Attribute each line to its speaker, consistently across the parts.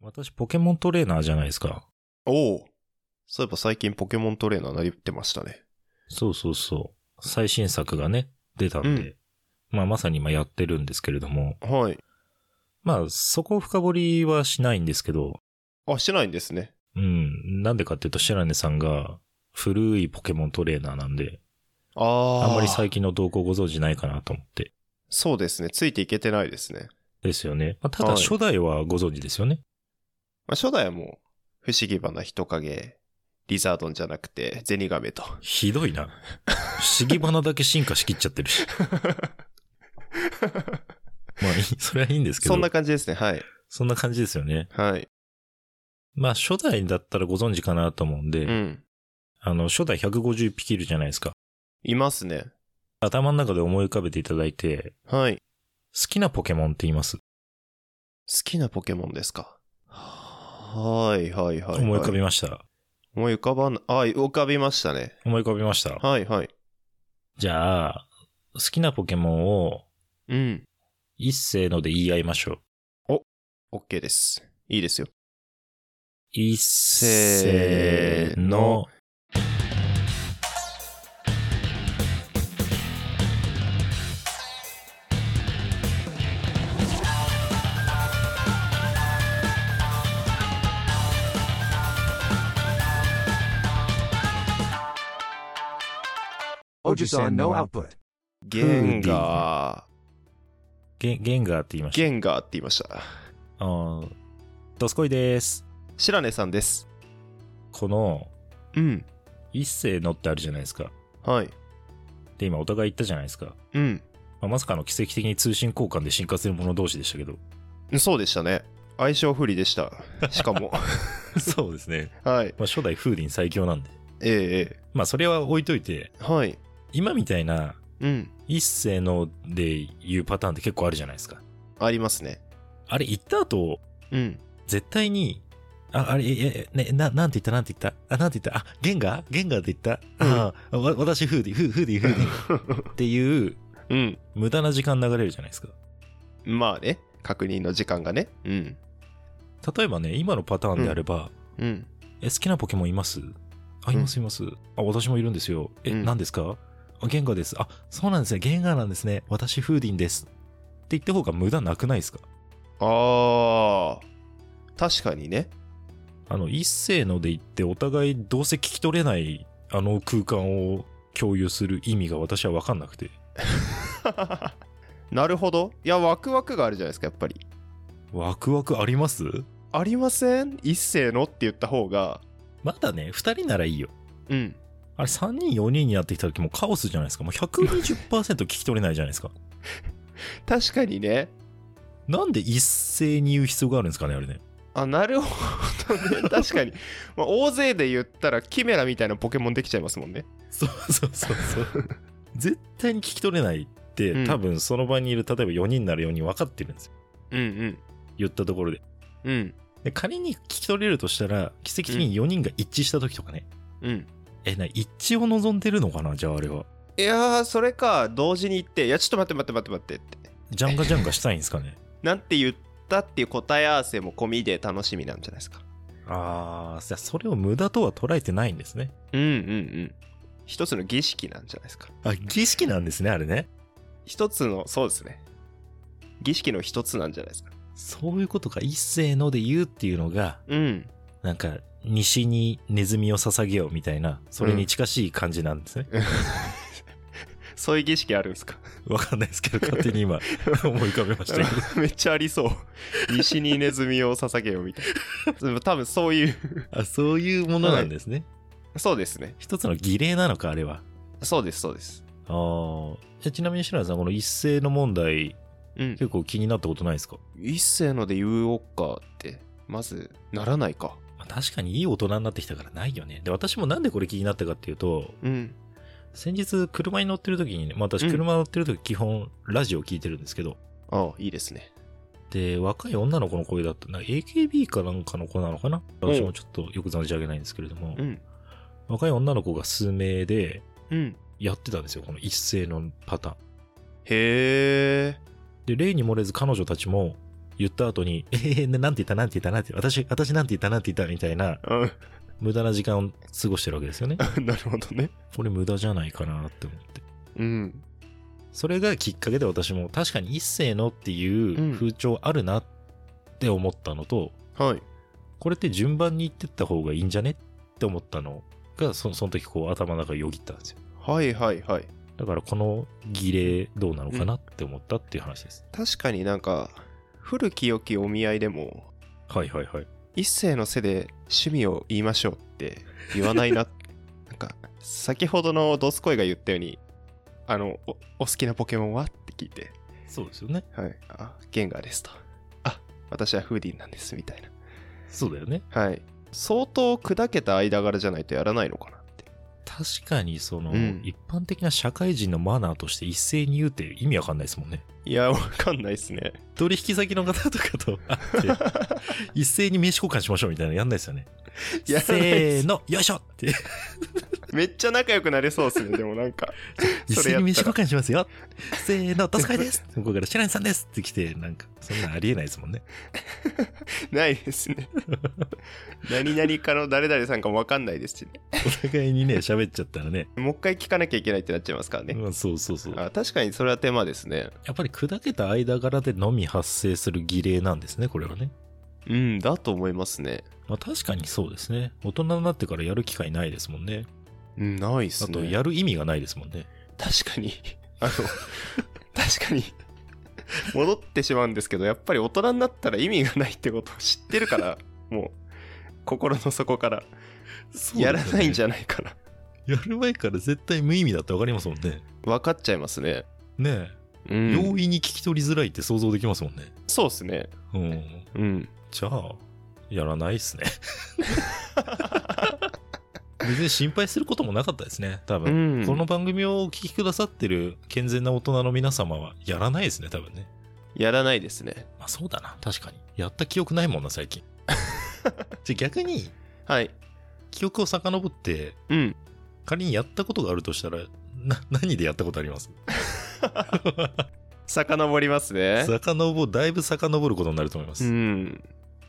Speaker 1: 私、ポケモントレーナーじゃないですか。
Speaker 2: おおそういえば最近ポケモントレーナーなりってましたね。
Speaker 1: そうそうそう。最新作がね、出たんで。まあ、まさに今やってるんですけれども。
Speaker 2: はい。
Speaker 1: まあ、そこを深掘りはしないんですけど、
Speaker 2: あ、してないんですね。
Speaker 1: うん。なんでかっていうと、白根さんが古いポケモントレーナーなんで、
Speaker 2: ああ。
Speaker 1: あんまり最近の動向ご存知ないかなと思って。
Speaker 2: そうですね。ついていけてないですね。
Speaker 1: ですよね。まあ、ただ、
Speaker 2: はい
Speaker 1: 初代はご存知ですよね。
Speaker 2: まあ、初代はもう、不思議花人影、リザードンじゃなくて、ゼニ ガメと。
Speaker 1: ひどいな。不思議花だけ進化しきっちゃってるし。まあいい、それはいいんですけど。
Speaker 2: そんな感じですね。はい。
Speaker 1: そんな感じですよね。
Speaker 2: はい。
Speaker 1: まあ、初代だったらご存知かなと思うんで、
Speaker 2: うん。
Speaker 1: あの、初代150匹いるじゃないですか。
Speaker 2: いますね。
Speaker 1: 頭の中で思い浮かべていただいて、
Speaker 2: はい。好
Speaker 1: 好きなポケモンって言います。
Speaker 2: きなポケモンですか。はーい、はい、はい。
Speaker 1: 思い浮かび
Speaker 2: ま
Speaker 1: ました。
Speaker 2: 思い浮かばな、あ、浮かびましたね。
Speaker 1: 思い浮かびました。
Speaker 2: はい、はい。
Speaker 1: じゃあ、好きなポケモンを
Speaker 2: うん。
Speaker 1: 一せーので言い合いましょう。
Speaker 2: OK です。いいですよ。
Speaker 1: 一せーの。
Speaker 3: Ojisan no output.
Speaker 2: ゲンガ
Speaker 1: ゲンゲンガーって言いま
Speaker 2: ー。
Speaker 1: した。
Speaker 2: ゲンガーって言いました。
Speaker 1: あードスコイです。
Speaker 2: 白根さんです。
Speaker 1: この、
Speaker 2: うん。
Speaker 1: 一世のってあるじゃないですか。
Speaker 2: はい。
Speaker 1: で、今お互い言ったじゃないですか。
Speaker 2: うん。
Speaker 1: まあ、まさかの奇跡的に通信交換で進化する者同士でしたけど。
Speaker 2: そうでしたね。相性不利でした。しか も。
Speaker 1: そうですね。
Speaker 2: はい。
Speaker 1: まあ、初代風鈴最強なんで。
Speaker 2: えええ
Speaker 1: まあ、それは置いといて、
Speaker 2: えはい。
Speaker 1: 今みたいな、
Speaker 2: うん。
Speaker 1: 一世ので言うパターンって結構あるじゃないですか。
Speaker 2: ありますね。
Speaker 1: あれ言った後、
Speaker 2: うん。
Speaker 1: 絶対に、あ、あれ、え、え、ね、な、なんて言ったなんて言ったあ、なんて言ったあ、ゲンガーゲンガーって言った、ああ、わ私フーディ、フー、フーディ、フーデ ィ。っていう、
Speaker 2: うん。
Speaker 1: 無駄な時間流れるじゃないですか。
Speaker 2: まあね。確認の時間がね。うん。
Speaker 1: 例えばね、今のパターンであれば、
Speaker 2: うん。
Speaker 1: え、好きなポケモンいますあ、いますいます。あ、私もいるんですよ。え、
Speaker 2: うん
Speaker 1: 何ですかあ、ゲンガーです。あ、そうなんですね。ゲンガーなんですね。私、フーディンです。って言った方が無駄なくないですか
Speaker 2: ああ。確かにね。
Speaker 1: あの、一斉ので言って、お互いどうせ聞き取れない、あの空間を共有する意味が私は分かんなくて。
Speaker 2: なるほど。いや、ワクワクがあるじゃないですか、やっぱり。
Speaker 1: ワクワクあります
Speaker 2: ありません一斉のって言った方が。
Speaker 1: まだね、二人ならいいよ。
Speaker 2: うん。
Speaker 1: あれ、三人、四人になってきた時もうカオスじゃないですか。もう120%聞き取れないじゃないですか。
Speaker 2: 確かにね。
Speaker 1: なんで一斉に言う必要があるんですかね、あれね。
Speaker 2: あ、なるほど ね。確かに。まあ、大勢で言ったら、キメラみたいなポケモンできちゃいますもんね。
Speaker 1: そうそうそう そう。絶対に聞き取れないって、
Speaker 2: うん
Speaker 1: 多分その場にいる、例えば4人なら4人分かってるんですよ。
Speaker 2: うん
Speaker 1: 言ったところで。
Speaker 2: うん。うん。
Speaker 1: で仮に聞き取れるとしたら、奇跡的に4人が一致した時とかね。
Speaker 2: うん。
Speaker 1: え、な、一致を望んでるのかなじゃああれは。
Speaker 2: いやー、それか、同時に言って、いや、ちょっと待って待って待って待ってって。
Speaker 1: ジャンガジャンガしたいんですかね。
Speaker 2: なんて言ったっていう答え合わせも込みで楽しみなんじゃないですか。
Speaker 1: ああ、じゃあそれを無駄とは捉えてないんですね。
Speaker 2: うんうんうん。一つの儀式なんじゃないですか。
Speaker 1: あ、儀式なんですね、あれね。
Speaker 2: 一つの、そうですね。儀式の一つなんじゃないですか。
Speaker 1: そういうことか、一斉ので言うっていうのが、
Speaker 2: うん。
Speaker 1: なんか、西にネズミを捧げようみたいな、それに近しい感じなんですね。
Speaker 2: そういう儀式あるんですか。
Speaker 1: わかんないですけど、勝手に 今、思い浮かべましたけど。
Speaker 2: めっちゃあり そう。西にネズミを捧げよみたいな。で も多分そういう、
Speaker 1: あ、そういうものなんですね。
Speaker 2: そうですね。
Speaker 1: 一つの儀礼なのか、あれは。
Speaker 2: そうです、そうです。
Speaker 1: あーえちなみに白井さん、この一斉の問題、
Speaker 2: うん。
Speaker 1: 結構気になったことないですか、
Speaker 2: 一世ので言おうかって、まず、ならないか。
Speaker 1: まあ確かにいい大人になってきたからないよね。で、私もなんでこれ気になったかっていうと、
Speaker 2: うん。
Speaker 1: 先日車に乗ってる時にね、まあ私
Speaker 2: うん
Speaker 1: 車乗ってる時基本ラジオ聞いてるんですけど、
Speaker 2: ああ、いいですね。
Speaker 1: で、若い女の子の声だった、なんか AKB かなんかの子なのかな
Speaker 2: うん
Speaker 1: 私もちょっとよく存じ上げないんですけれども、
Speaker 2: うん。
Speaker 1: 若い女の子が数名で
Speaker 2: うん。
Speaker 1: やってたんですよ、この一斉のパターン。
Speaker 2: へえ。
Speaker 1: で、例に漏れず彼女たちも、言った後に、えー、ねなんて言ったなんて言ったなんて言った私、私なんて言ったなんて言ったみたいな、
Speaker 2: う
Speaker 1: 無駄な時間を過ごしてるわけですよね。
Speaker 2: ん なるほどね。
Speaker 1: これ無駄じゃないかなって思って。
Speaker 2: うん。
Speaker 1: それがきっかけで私も確かに一世のっていう風潮あるなって思ったのと、
Speaker 2: はい。
Speaker 1: これって順番に言ってった方がいいんじゃねって思ったのが、そその時こう頭の中よぎったんですよ。
Speaker 2: はいはいはい。
Speaker 1: だからこの儀礼どうなのかなって思ったっていう話です。
Speaker 2: 確かになんか、古き良きお見合いでも、
Speaker 1: はいはいはい。
Speaker 2: 一世の背で趣味を言いましょうって言わ ないななんか先ほどのドスコイが言ったようにあのおお好きなポケモンはって聞いて
Speaker 1: そうですよね。
Speaker 2: はいあゲンガーですとあ私はフーディンなんですみたいな
Speaker 1: そうだよね。
Speaker 2: はい相当砕けた間柄じゃないとやらないのかなって
Speaker 1: 確かにその、
Speaker 2: うん
Speaker 1: 一般的な社会人のマナーとして一斉に言うって意味わかんないですもんね。
Speaker 2: いやわかんないっすね
Speaker 1: 取引先の方とかと会 って、一斉に名刺交換しましょうみたいなのやんないですよね。
Speaker 2: やらないで
Speaker 1: せ
Speaker 2: す
Speaker 1: ーの、よいしょって、
Speaker 2: めっちゃ仲良くなれそうっすねでもなん か
Speaker 1: 一
Speaker 2: それ
Speaker 1: 斉
Speaker 2: や
Speaker 1: に
Speaker 2: っ
Speaker 1: 名
Speaker 2: た
Speaker 1: 刺
Speaker 2: ら
Speaker 1: 交換しますよ。せー の、ドスコイです。向こうから、白井さんですって来て、なんか、そんなんありえないですもんね。
Speaker 2: ないです ね何々かの誰々さんかもわかんないですしね
Speaker 1: お互い にね、喋っちゃったらね。
Speaker 2: もう一回聞かなきゃいけないってなっちゃいますからね、
Speaker 1: うんそうそうそう。
Speaker 2: あ確かにそれは手間ですね。
Speaker 1: やっぱり砕けた間柄でのみ発生する儀礼なんですね、これはね。
Speaker 2: うん、だと思いますね。
Speaker 1: まあ確かにそうですね。大人になってからやる機会ないですもんね。
Speaker 2: うん、ないっ
Speaker 1: あ
Speaker 2: す
Speaker 1: と、
Speaker 2: ね。
Speaker 1: やる意味がないですもんね。
Speaker 2: 確かに。あの、確かに。戻ってしまうんですけど、やっぱり大人になったら意味がないってことを知ってるから、 もう、心の底から、やらないんじ
Speaker 1: ゃ。
Speaker 2: ゃないかな。
Speaker 1: やる前から絶対無意味だってわかりますもんね。
Speaker 2: 分かっちゃいますね。
Speaker 1: ねえ、
Speaker 2: うん。
Speaker 1: 容易に聞き取りづらいって想像できますもんね。
Speaker 2: そうっすね。
Speaker 1: うん。
Speaker 2: うん。
Speaker 1: じゃあ、やらないっ すね。別に心配することもなかったですね、多
Speaker 2: う
Speaker 1: 分。
Speaker 2: ん、
Speaker 1: この番組をお聞きくださってる健全な大人の皆様はやらないですね、多分ね。
Speaker 2: やらないですね。
Speaker 1: まあそうだな、確かに。やった記憶ないもんな、最 近。じゃあ逆に、
Speaker 2: はい。
Speaker 1: 記憶を遡って、
Speaker 2: うん。
Speaker 1: 仮にやったことがあるとしたら、な、何でやったことあります
Speaker 2: 遡りますね。
Speaker 1: 遡、だいぶ遡ることになると思います。
Speaker 2: う
Speaker 1: めっ
Speaker 2: ん。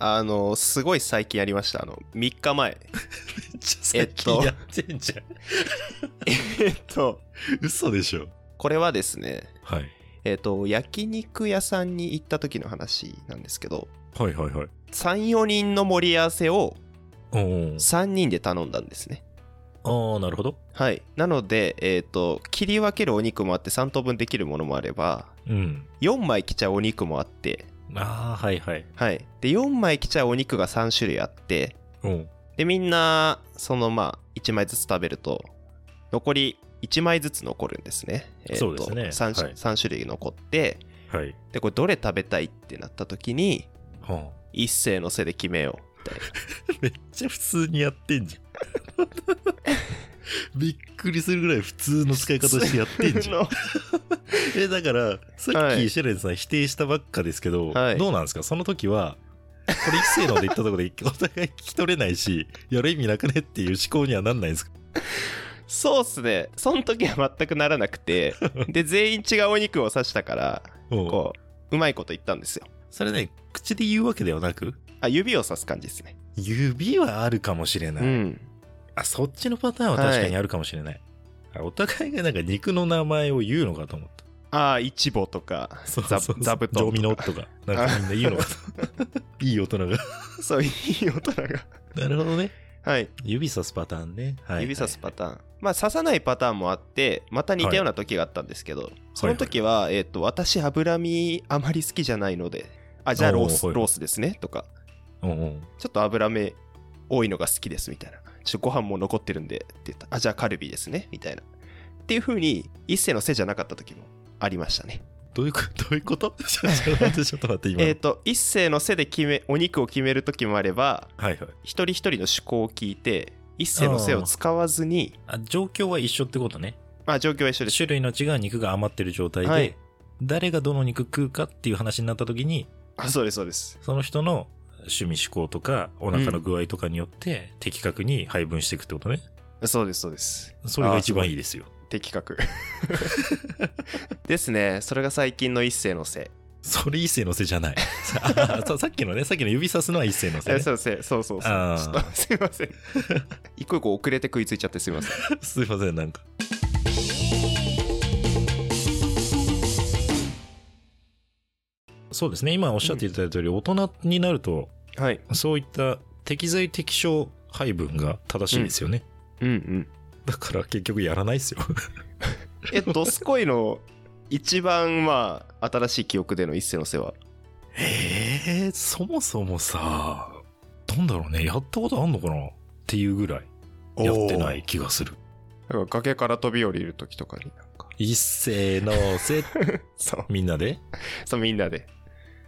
Speaker 2: あの、すごい最近やりました。あの、3日前。
Speaker 1: ちゃ最近やってんじゃん。
Speaker 2: えっと、
Speaker 1: 嘘でしょ。
Speaker 2: これはですね、
Speaker 1: はい。
Speaker 2: えっと、焼肉屋さんに行った時の話なんですけど、
Speaker 1: はいはいはい。
Speaker 2: 3、4人の盛り合わせを
Speaker 1: おー
Speaker 2: 3人で頼んだんですね。
Speaker 1: ああ、なるほど。
Speaker 2: はい。なので、えっと、切り分けるお肉もあって3等分できるものもあれば、
Speaker 1: うん。
Speaker 2: 4枚来ちゃうお肉もあって、
Speaker 1: ああ、はいはい。
Speaker 2: はい。で、4枚来ちゃうお肉が3種類あって、
Speaker 1: うん。
Speaker 2: で、みんな、そのまあ、1枚ずつ食べると、残り1枚ずつ残るんですね。えっと
Speaker 1: そうですね
Speaker 2: 3種
Speaker 1: はい
Speaker 2: 3種類残って、
Speaker 1: はい。
Speaker 2: で、これどれ食べたいってなった時に、
Speaker 1: は
Speaker 2: 一斉の背で決めようみたいな
Speaker 1: あ、 めっちゃ普通にやってんじ ゃん。びっくりするぐらい普通の使い方してやってん じゃん。え、だから、さっ
Speaker 2: は
Speaker 1: き
Speaker 2: い
Speaker 1: シェレンさん否定したばっかですけど、
Speaker 2: はい
Speaker 1: どうなんですかその時は、これ一斉ので言ったところでお互い聞き取れないし、やる意味なくねっていう思考にはなんないんですか
Speaker 2: そうっすねその時は全くならな くてで全員違うお肉を刺したから
Speaker 1: うん
Speaker 2: こううまいこと言ったんですよ
Speaker 1: それね、口で言うわけではなく、
Speaker 2: あ指を刺す感じですね
Speaker 1: 指はあるかもしれな
Speaker 2: う
Speaker 1: い。
Speaker 2: ん
Speaker 1: あ、そっちのパターンは確かにあるかもしれない。あお互いがなんか肉の名前を言うのかと思った。
Speaker 2: ああイチボとか
Speaker 1: そう
Speaker 2: ザ
Speaker 1: そう
Speaker 2: ザブト
Speaker 1: ジョミ
Speaker 2: ン
Speaker 1: ノ
Speaker 2: とか
Speaker 1: とか。なんかみんな言うのか と。いい大人が。
Speaker 2: そういい大人が
Speaker 1: なるほどね。
Speaker 2: はい
Speaker 1: 指さすパターンね。はい。
Speaker 2: 指さすパターン、まあ刺さないパターンもあってまた似たような時があったんですけど、その時は、えっと私脂身あまり好きじゃないのであじゃあロース
Speaker 1: おーはいはい
Speaker 2: ロースですねとか
Speaker 1: うんうん。
Speaker 2: ちょっと油目多いのが好きですみたいな。ちょっとご飯も残ってるんでって言った。あ、じゃあカルビですねみたいな。っていう風に、一世のせいじゃなかった時もありましたね。
Speaker 1: どういう ことどういうことちょっと待って、ちょっと待って、今の。
Speaker 2: えっ、と、一世のせで決め、お肉を決める時もあれば、
Speaker 1: はいはい。
Speaker 2: 一人一人の趣向を聞いて、一世のせを使わずに、
Speaker 1: あ、状況は一緒ってことね。
Speaker 2: まあ状況は一緒です。
Speaker 1: 種類の違う肉が余ってる状態で、
Speaker 2: はい
Speaker 1: 誰がどの肉食うかっていう話になった時に、
Speaker 2: あ、そうです、そうです。
Speaker 1: その人の趣味嗜好とか、お腹の具合とかによって、的確に配分していくってことね。
Speaker 2: そうです、そうです。
Speaker 1: それが一番いい ですよ。
Speaker 2: 的確。ですね。それが最近の一世のせ
Speaker 1: それ一世のせじゃ ない。さあささっきのね、さっきの指さすのは一世のせ、
Speaker 2: え
Speaker 1: ね。
Speaker 2: そうそうそうそうそう
Speaker 1: あ
Speaker 2: ち
Speaker 1: ー
Speaker 2: ょっとすいま せん一個一個遅れて食いついちゃってすいません
Speaker 1: すいません、なんか。そうですね、今おっしゃっていただいた通り、大人になると、
Speaker 2: はい
Speaker 1: そういった適材適所配分が正しいですよね。
Speaker 2: うんうん
Speaker 1: だから結局やらないですよ。
Speaker 2: えドスコイの一番まあ新しい記憶での一世の世は
Speaker 1: ええそもそもさ、なんだろうね、やったことあんのかなっていうぐらい、やってない気がする。
Speaker 2: なんか崖から飛び降りる時とかになんか
Speaker 1: 一斉のせ、
Speaker 2: そう
Speaker 1: みんなで
Speaker 2: そうみんなで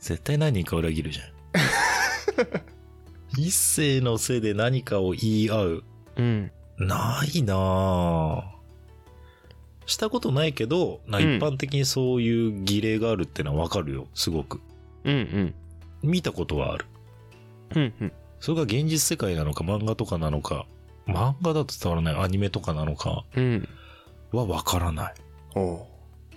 Speaker 1: 絶対何人か裏切るじゃん。一斉のせで何かを言い合う。
Speaker 2: うん
Speaker 1: ないなぁ。したことないけど、な
Speaker 2: う
Speaker 1: 一
Speaker 2: ん
Speaker 1: 般的にそういう儀礼があるってのはわかるよ、すごく。
Speaker 2: うんうん
Speaker 1: 見たことはある。
Speaker 2: うんうん
Speaker 1: それが現実世界なのか漫画とかなのか、漫画だと伝わらないアニメとかなのか
Speaker 2: うん
Speaker 1: はわからない。
Speaker 2: おお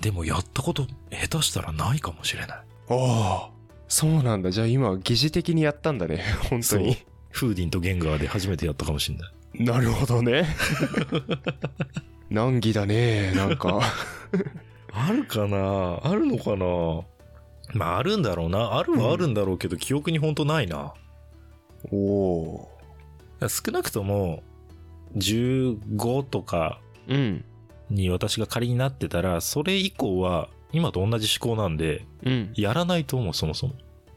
Speaker 1: でもやったこと下手したらないかもしれない。
Speaker 2: おおそうなんだじゃあ今は疑似的にやったんだね 本当に
Speaker 1: フーディンとゲンガーで初めてやったかもしれない。
Speaker 2: なるほどね難儀だねなんか
Speaker 1: あるかなあるのかなまああるんだろうな。あるはあるんだろうけど、記憶にほんとないな。
Speaker 2: おお
Speaker 1: 少なくとも、15とか
Speaker 2: うん
Speaker 1: に私が仮になってたら、それ以降は今と同じ思考なんで、
Speaker 2: うん
Speaker 1: やらないと思う、そもそも。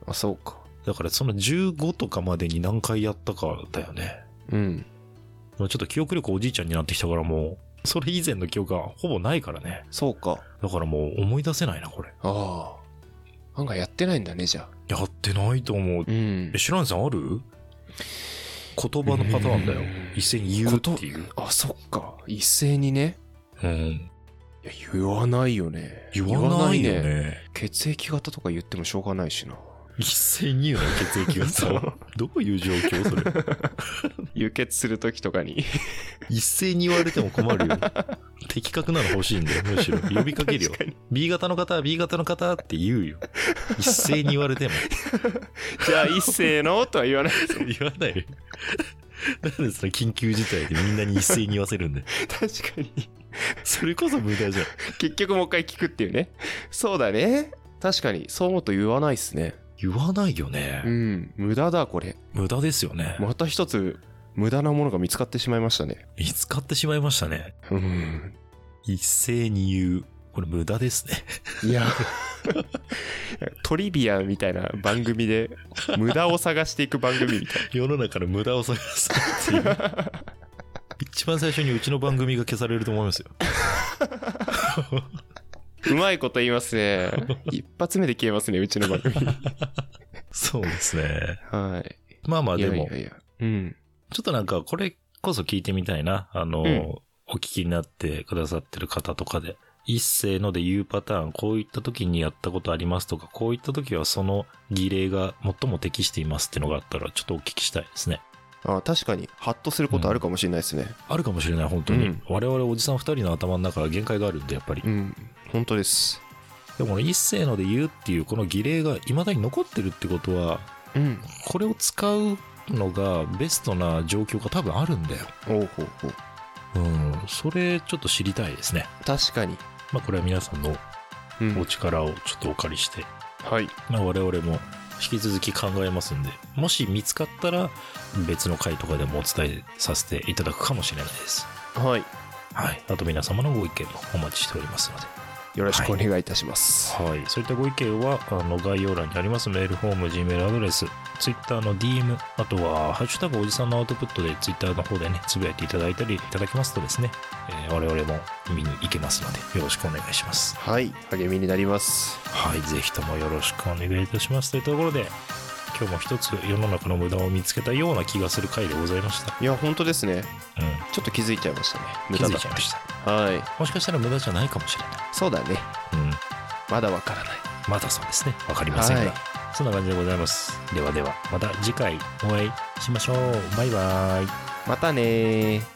Speaker 2: あそうか
Speaker 1: だからその15とかまでに何回やったかだよね。
Speaker 2: うん
Speaker 1: もうちょっと記憶力おじいちゃんになってきたからもう、それ以前の記憶はほぼないからね。
Speaker 2: そうか
Speaker 1: だからもう思い出せないな、これ。
Speaker 2: ああ案外やってないんだねじゃあ
Speaker 1: やってないと思う。
Speaker 2: うん
Speaker 1: え、白根さんある言葉のパターンだよ
Speaker 2: うん。
Speaker 1: 一斉に言うっていう。
Speaker 2: あそっか一斉にね
Speaker 1: うん。
Speaker 2: いや言わないよね
Speaker 1: 言わないよね。
Speaker 2: 血液型とか言ってもしょうがないしな
Speaker 1: 一斉に言うの血液が
Speaker 2: そ
Speaker 1: さ
Speaker 2: う。
Speaker 1: どういう状況それ。
Speaker 2: 輸血する時とかに
Speaker 1: 一斉に言われても困るよ。的確なの欲しいんだよ、むしろ。呼びかけるよ。
Speaker 2: 確かに
Speaker 1: B 型の方、B 型の方って言うよ。一斉に言われ ても。
Speaker 2: じゃあ一斉のとは言わない ですもん
Speaker 1: 言わないよ。なんでその緊急事態でみんなに一斉に言わせるんで。
Speaker 2: 確かに
Speaker 1: それこそ無駄じゃん。
Speaker 2: 結局もう一回聞くっていうねそうだね確かにそう思うと言わないっすね
Speaker 1: 言わないよね。
Speaker 2: うん無駄だこれ
Speaker 1: 無駄ですよね。
Speaker 2: また一つ無駄なものが見つかってしまいましたね
Speaker 1: 見つかってしまいましたね。
Speaker 2: うん
Speaker 1: 一斉に言う。これ無駄ですね。
Speaker 2: いやトリビアみたいな番組で無駄を探していく番組みたい
Speaker 1: 世の中の無駄を探すってい う。
Speaker 2: な
Speaker 1: 一番最初にうちの番組が消されると思いますよ。
Speaker 2: うまいこと言います ね一発目で消えますねうちの番組
Speaker 1: そうですね。
Speaker 2: はい
Speaker 1: まあまあ
Speaker 2: い
Speaker 1: で
Speaker 2: や
Speaker 1: も、
Speaker 2: いやいやうん
Speaker 1: ちょっとなんかこれこそ聞いてみたいな。あの、
Speaker 2: うん
Speaker 1: お聞きになってくださってる方とかで。一斉ので言うパターン、こういった時にやったことありますとか、こういった時はその儀礼が最も適していますってのがあったら、ちょっとお聞きしたいですね。
Speaker 2: あ確かにハッとすることあるかもしれないですね
Speaker 1: あるかもしれない、本当に。
Speaker 2: うん
Speaker 1: 我々おじさん二人の頭の中は限界があるんで、やっぱり。
Speaker 2: うん本当です
Speaker 1: でも、一斉ので言うっていう、この儀礼が未だに残ってるってことは、
Speaker 2: うん
Speaker 1: これを使うのがベストな状況が多分あるんだよ。
Speaker 2: おうほうほう
Speaker 1: うん。それ、ちょっと知りたいですね。
Speaker 2: 確かに、
Speaker 1: まあ、これは皆さんの
Speaker 2: うん
Speaker 1: お力をちょっとお借りして、
Speaker 2: はい
Speaker 1: まあ、我々も引き続き考えますんで、もし見つかったら、別の回とかでもお伝えさせていただくかもしれないです。
Speaker 2: はい
Speaker 1: はい。あと、皆様のご意見もお待ちしておりますので。
Speaker 2: よろしくお願いいたします。
Speaker 1: はい、そういったご意見はあの概要欄にありますメールフォーム、Gmail アドレス、Twitter の DM、あとは「ハッシュタグおじさんのアウトプット」で Twitter の方でね、つぶやいていただいたりいただきますとですね、えー我々も見に行けますのでよろしくお願いします。
Speaker 2: はい、励みになります。
Speaker 1: はい、ぜひともよろしくお願いいたしますというところで、今日も一つ世の中の無駄を見つけたような気がする回でございました。
Speaker 2: いや、本当ですね。
Speaker 1: うん、
Speaker 2: ちょっと気づいちゃいましたね。無
Speaker 1: 気
Speaker 2: 駄
Speaker 1: づい
Speaker 2: だ
Speaker 1: ちゃいました。
Speaker 2: はい。
Speaker 1: もしかしたら無駄じゃないかもしれない。
Speaker 2: そうだね。
Speaker 1: うん、
Speaker 2: まだわからない。
Speaker 1: まだそうですね。わかりませんが、
Speaker 2: はい
Speaker 1: そんな感じでございます。ではでは、また次回お会いしましょう。バイバイ。
Speaker 2: またねー。